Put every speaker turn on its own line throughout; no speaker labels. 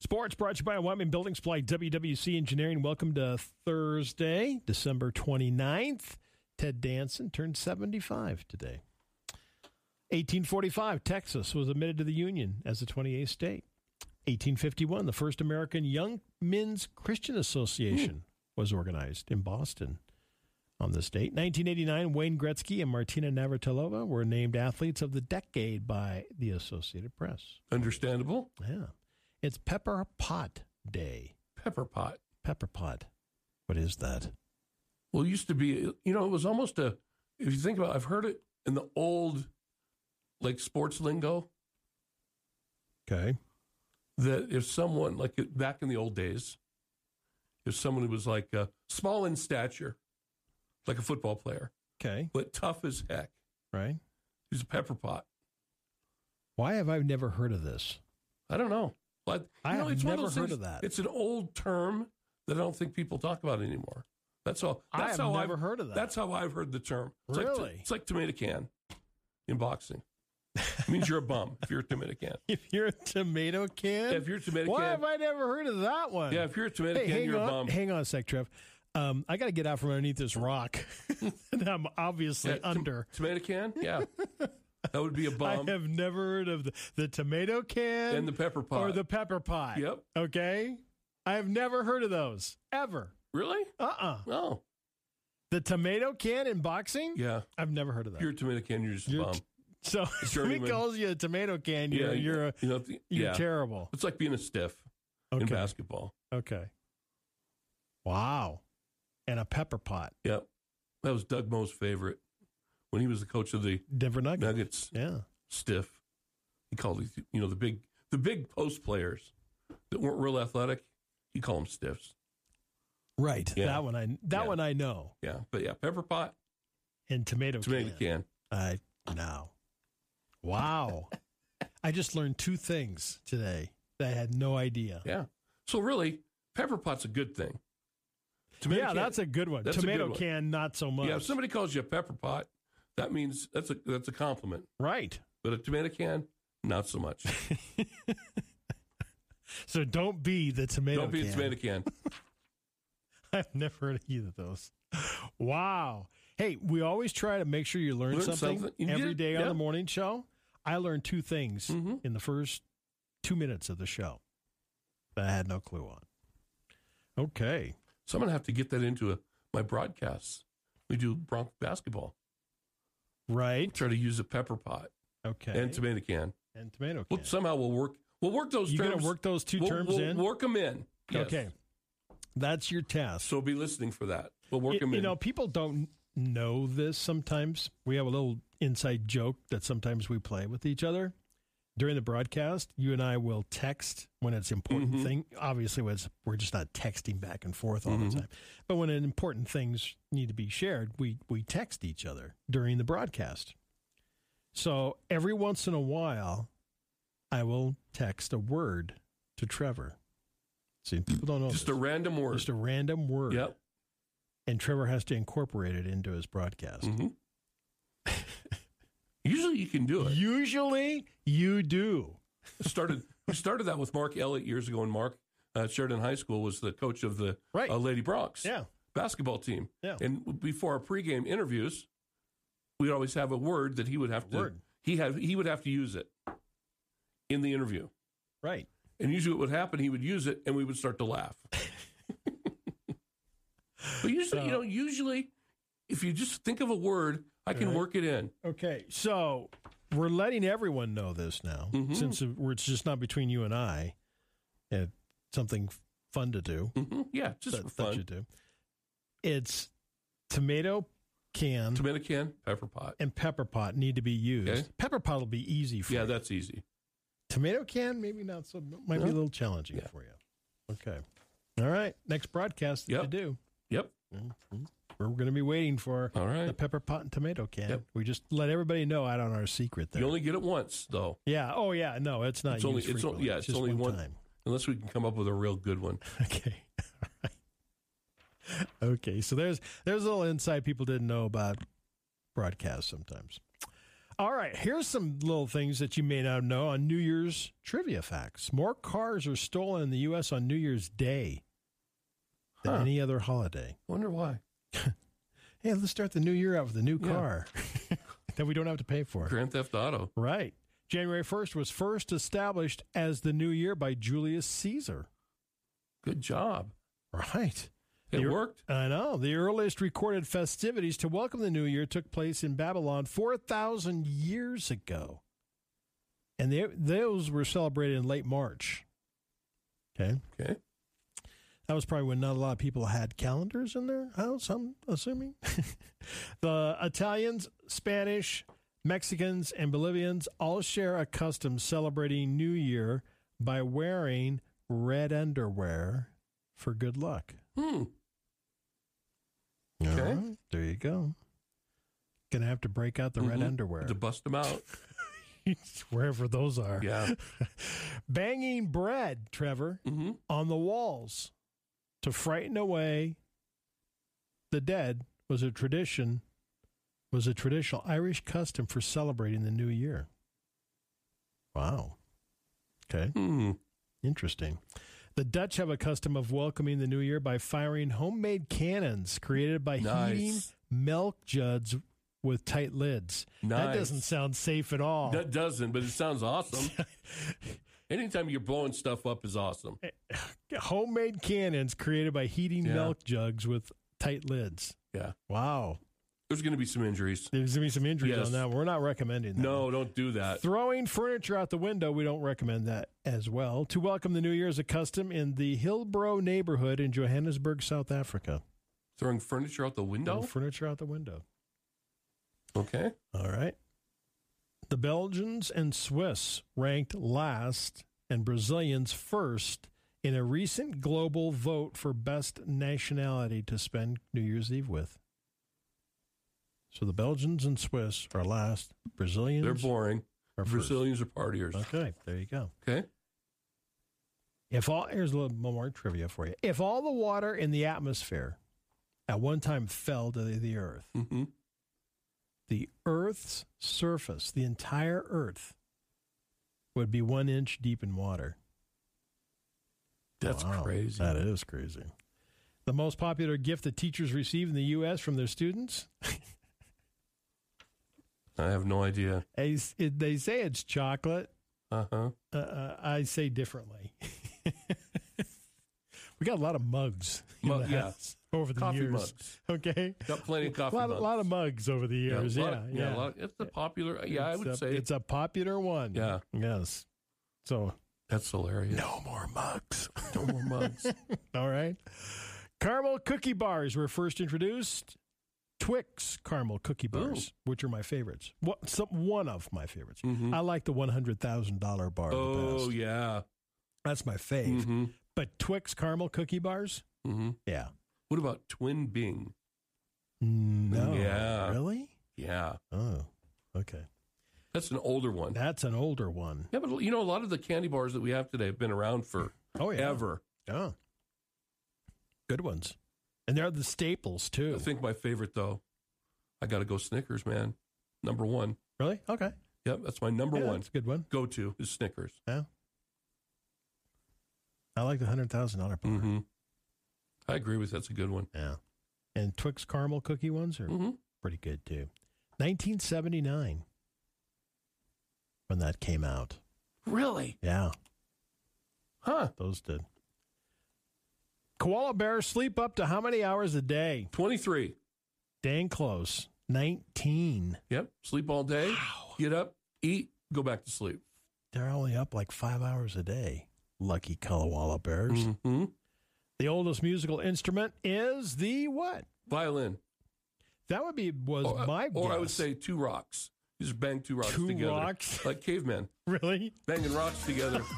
Sports brought to you by Wyoming Building Supply, WWC Engineering. Welcome to Thursday, December 29th. Ted Danson turned 75 today. 1845, Texas was admitted to the Union as the 28th state. 1851, the first American Young Men's Christian Association was organized in Boston on this date. 1989, Wayne Gretzky and Martina Navratilova were named athletes of the decade by the Associated Press.
Understandable.
Yeah. It's Pepper Pot Day.
Pepper pot.
Pepper Pot. What is that?
Well, it used to be, you know, it was almost a, if you think about it, I've heard it in the old, like, sports lingo
Okay.
that if someone, like, back in the old days, if someone who was like uh, small in stature, like a football player,
Okay.
but tough as heck,
Right.
he's a pepper pot.
Why have I never heard of this?
I don't know. But, you
I
know,
have
it's one
never
those
heard
things-
of that.
It's an old term that I don't think people talk about anymore. That's all.
I
That's
have
how
never
I've,
heard of that.
That's how I've heard the term. It's Like
Really?
it's like tomato can in boxing. It means you're a bum if you're a tomato can.
If you're a tomato can,
Yeah, if you're a tomato
why
can.
have I never heard of that one?
yeah, if you're a tomato
hey,
can,
hang
you're
on,
a bum.
hang on a sec, Trev. Um, I got to get out from underneath this rock that I'm obviously
Yeah, tom-
under.
tomato can? Yeah. that would be a bum.
I have never heard of the, the tomato can
and the pepper pot.
or the pepper pie.
Yep.
Okay. I have never heard of those ever.
Really?
Uh-uh.
Oh.
The tomato can in boxing?
Yeah.
I've never heard of that.
If you're a tomato can, you're just a
You're-
bum.
so
a
if he
journeyman.
calls you a tomato can, you're
yeah,
you're a,
you know, the-
you're
yeah.
terrible.
It's like being a stiff in
Okay.
basketball.
Okay. Wow. And a pepper pot.
Yep. That was Doug Moe's favorite when he was the coach of the
Denver Nuggets.
Nuggets.
Yeah.
Stiff. He called these, you know, the big the big post players that weren't real athletic. He called them stiffs.
Right.
Yeah.
That one I that
Yeah.
one I know.
Yeah, but yeah, pepper pot,
And tomato,
tomato
can.
can.
I know. Wow. I just learned two things today that I had no idea.
Yeah. So really, pepper pot's a good thing. Tomato
yeah,
can-
that's a good one.
That's a good
tomato
one.
can, not so much.
yeah. If somebody calls you a pepper pot, that means that's a that's a compliment.
right.
But a tomato can, not so much.
So don't be the tomato
Don't be
can.
a tomato can.
I've never heard of either of those. Wow. Hey, we always try to make sure you learn,
Learn
something,
something. You
every
did-
day on
yeah.
the morning show. I learned two things
Mhm.
in the first two minutes of the show that I had no clue on. Okay.
So I'm gonna have to get that into a, my broadcasts. We do Bronx basketball.
Right.
Try to use a pepper pot
Okay.
and tomato can.
And tomato
Well,
can.
somehow we'll work. We'll work those.
You're going
terms.
to work those 2
we'll,
terms
we'll
in?
Work them in. Yes.
Okay. That's your task.
So be listening for that. We'll work
Y-
them
you
in.
know, people don't know this sometimes. We have a little inside joke that sometimes we play with each other. During the broadcast, you and I will text when it's important
Mhm.
thing. Obviously, when it's, we're just not texting back and forth all
Mhm.
the time. But when an important things need to be shared, we we text each other during the broadcast. So every once in a while, I will text a word to Trevor. See, people don't know
just a
this.
random word.
just a random word
Yep.
and Trevor has to incorporate it into his broadcast.
hmm Usually you can do it.
Usually, you do.
started. We started that with Mark Elliott years ago, and Mark uh, Sheridan High School was the coach of the
Right.
uh, Lady Bronx
Yeah.
basketball team.
Yeah.
And before our pregame interviews, we'd always have a word that he would have to
Word.
he had he would have to use it in the interview.
Right.
And usually, what would happen, he would use it, and we would start to laugh. but usually,
So-
you know, usually, if you just think of a word, I can
Right.
work it in.
Okay. So we're letting everyone know this now,
Mhm.
since we're, it's just not between you and I. And something fun to do
hmm Yeah, just
that,
for
that you
fun.
do. It's tomato can
Mm-hmm. Tomato can, pepper pot.
and pepper pot need to be used.
Okay.
Pepper pot will be easy for
Yeah,
you.
that's easy.
tomato can maybe not so might be a
Yeah.
little challenging
Yeah.
for you. Okay. All right. Next broadcast that
Yep.
you do.
Yep.
We're going to be waiting for
All right.
the pepper pot and tomato can.
Yep.
We just let everybody know out on our secret there.
You only get it once, though,
yeah. Oh, yeah. No, it's not.
It's only-
used
it's o-
frequently.
yeah, it's
just
only
one
one-
time.
unless we can come up with a real good one.
Okay. All right. Okay. So there's there's a little insight people didn't know about broadcasts sometimes. All right, here's some little things that you may not know on New Year's trivia facts. More cars are stolen in the U.S. on New Year's Day than
Huh.
any other holiday.
Wonder why.
Hey, let's start the new year out with a new
Yeah.
car that we don't have to pay for.
Grand Theft Auto.
Right. January 1st was first established as the new year by Julius Caesar.
Good job.
Right.
It
You're-
worked.
I know. The earliest recorded festivities to welcome the new year took place in Babylon 4,000 years ago. And they, those were celebrated in late March. Okay.
Okay.
That was probably when not a lot of people had calendars in their house, I'm assuming. the Italians, Spanish, Mexicans, and Bolivians all share a custom celebrating New Year by wearing red underwear for good luck.
Hmm.
All
Okay.
right, there you go. Gonna have to break out the red
Mhm.
underwear,
To bust them out.
wherever those are.
Yeah.
Banging bread, Trevor,
hmm
on the walls to frighten away the dead was a tradition, was a traditional Irish custom for celebrating the new year. Wow. Okay.
Hmm.
Interesting. The Dutch have a custom of welcoming the new year by firing homemade cannons created by heating
Nice.
milk jugs with tight lids. That
Nice.
doesn't sound safe at all.
That doesn't, but it sounds awesome. Anytime you're blowing stuff up is awesome.
Homemade cannons created by heating
Yeah.
milk jugs with tight lids.
Yeah.
Wow.
There's going to be some injuries.
There's going to be some injuries
Yes.
on that. one. We're not recommending that.
No, don't do
one.
that.
Throwing furniture out the window, we don't recommend that as well. To welcome the new year is a custom in the Hillbro neighborhood in Johannesburg, South Africa.
Throwing furniture out the
Throw
window.
Furniture out the window.
Okay.
All right. The Belgians and Swiss ranked last and Brazilians first in a recent global vote for best nationality to spend New Year's Eve with. So the Belgians and Swiss are last. Brazilians
They're boring.
are first.
Brazilians are partiers.
Okay, there you go.
Okay.
If all here's a little more trivia for you. If all the water in the atmosphere at one time fell to the earth,
hmm
the Earth's surface, the entire Earth, would be one inch deep in water.
That's
Wow,
crazy.
That is crazy. The most popular gift that teachers receive in the U.S. from their students?
I have no idea.
They they say it's chocolate.
Uh huh.
Uh, Uh, I say differently. we got a lot of mugs in
Mug-
the
yeah.
house over the
Coffee
years.
mugs.
Okay.
Got plenty of
A
coffee
lot,
mugs.
lot of mugs over the years. Yeah.
a lot-
yeah.
a lot- it's a popular. Yeah, I
It's
would
a-
say
It's a popular one.
Yeah.
Yes. So
that's hilarious.
No more mugs.
No more mugs.
All right. Caramel cookie bars were first introduced. Twix caramel cookie bars, which are my favorites. What, some, one of my favorites.
Mhm.
I like the one hundred thousand dollar bar. the
Oh
best.
yeah.
that's my fave.
hmm
But Twix caramel cookie bars,
hmm
yeah.
What about Twin Bing?
No,
Yeah.
really?
Yeah,
Oh, okay.
that's an older one.
That's an older one.
Yeah, but you know, a lot of the candy bars that we have today have been around for
Oh yeah,
ever.
Yeah. Good ones, and they're the staples too.
I think my favorite though, I got to go Snickers, man. Number one.
really? Okay.
Yep, that's my number
Yeah,
one
that's a good one.
go to is Snickers.
I like the hundred thousand dollar bar.
hmm I agree with that's a good one.
Yeah. And Twix caramel cookie ones are
hmm
pretty good too. 1979 when that came out.
Really?
Yeah,
Huh?
those did. Koala bears sleep up to how many hours a day?
Twenty three.
Dang close. 19.
Yep. Sleep all day. Get up, eat, go back to sleep.
They're only up like five hours a day. Lucky koala bears.
hmm
The oldest musical instrument is the what?
Violin.
That would be was
or, uh,
my
or I would
guess.
say two rocks. You just bang two rocks
Two
together,
rocks?
like cavemen
really?
banging rocks together.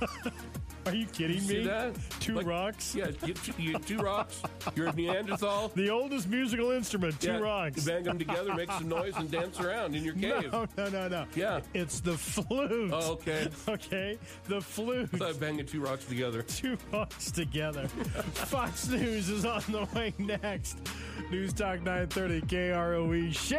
Are you kidding
See
me?
that?
Two
Like-
rocks?
Yeah, you get two, you get two rocks. You're a Neanderthal.
The oldest musical instrument, two
yeah,
rocks.
You bang them together, make some noise, and dance around in your cave.
No, no, no, no.
Yeah.
It's the flute.
Oh, okay.
Okay? The flute.
I thought banging two rocks together.
Two rocks together. Fox News is on the way next. News Talk 930 KROE. E. Share.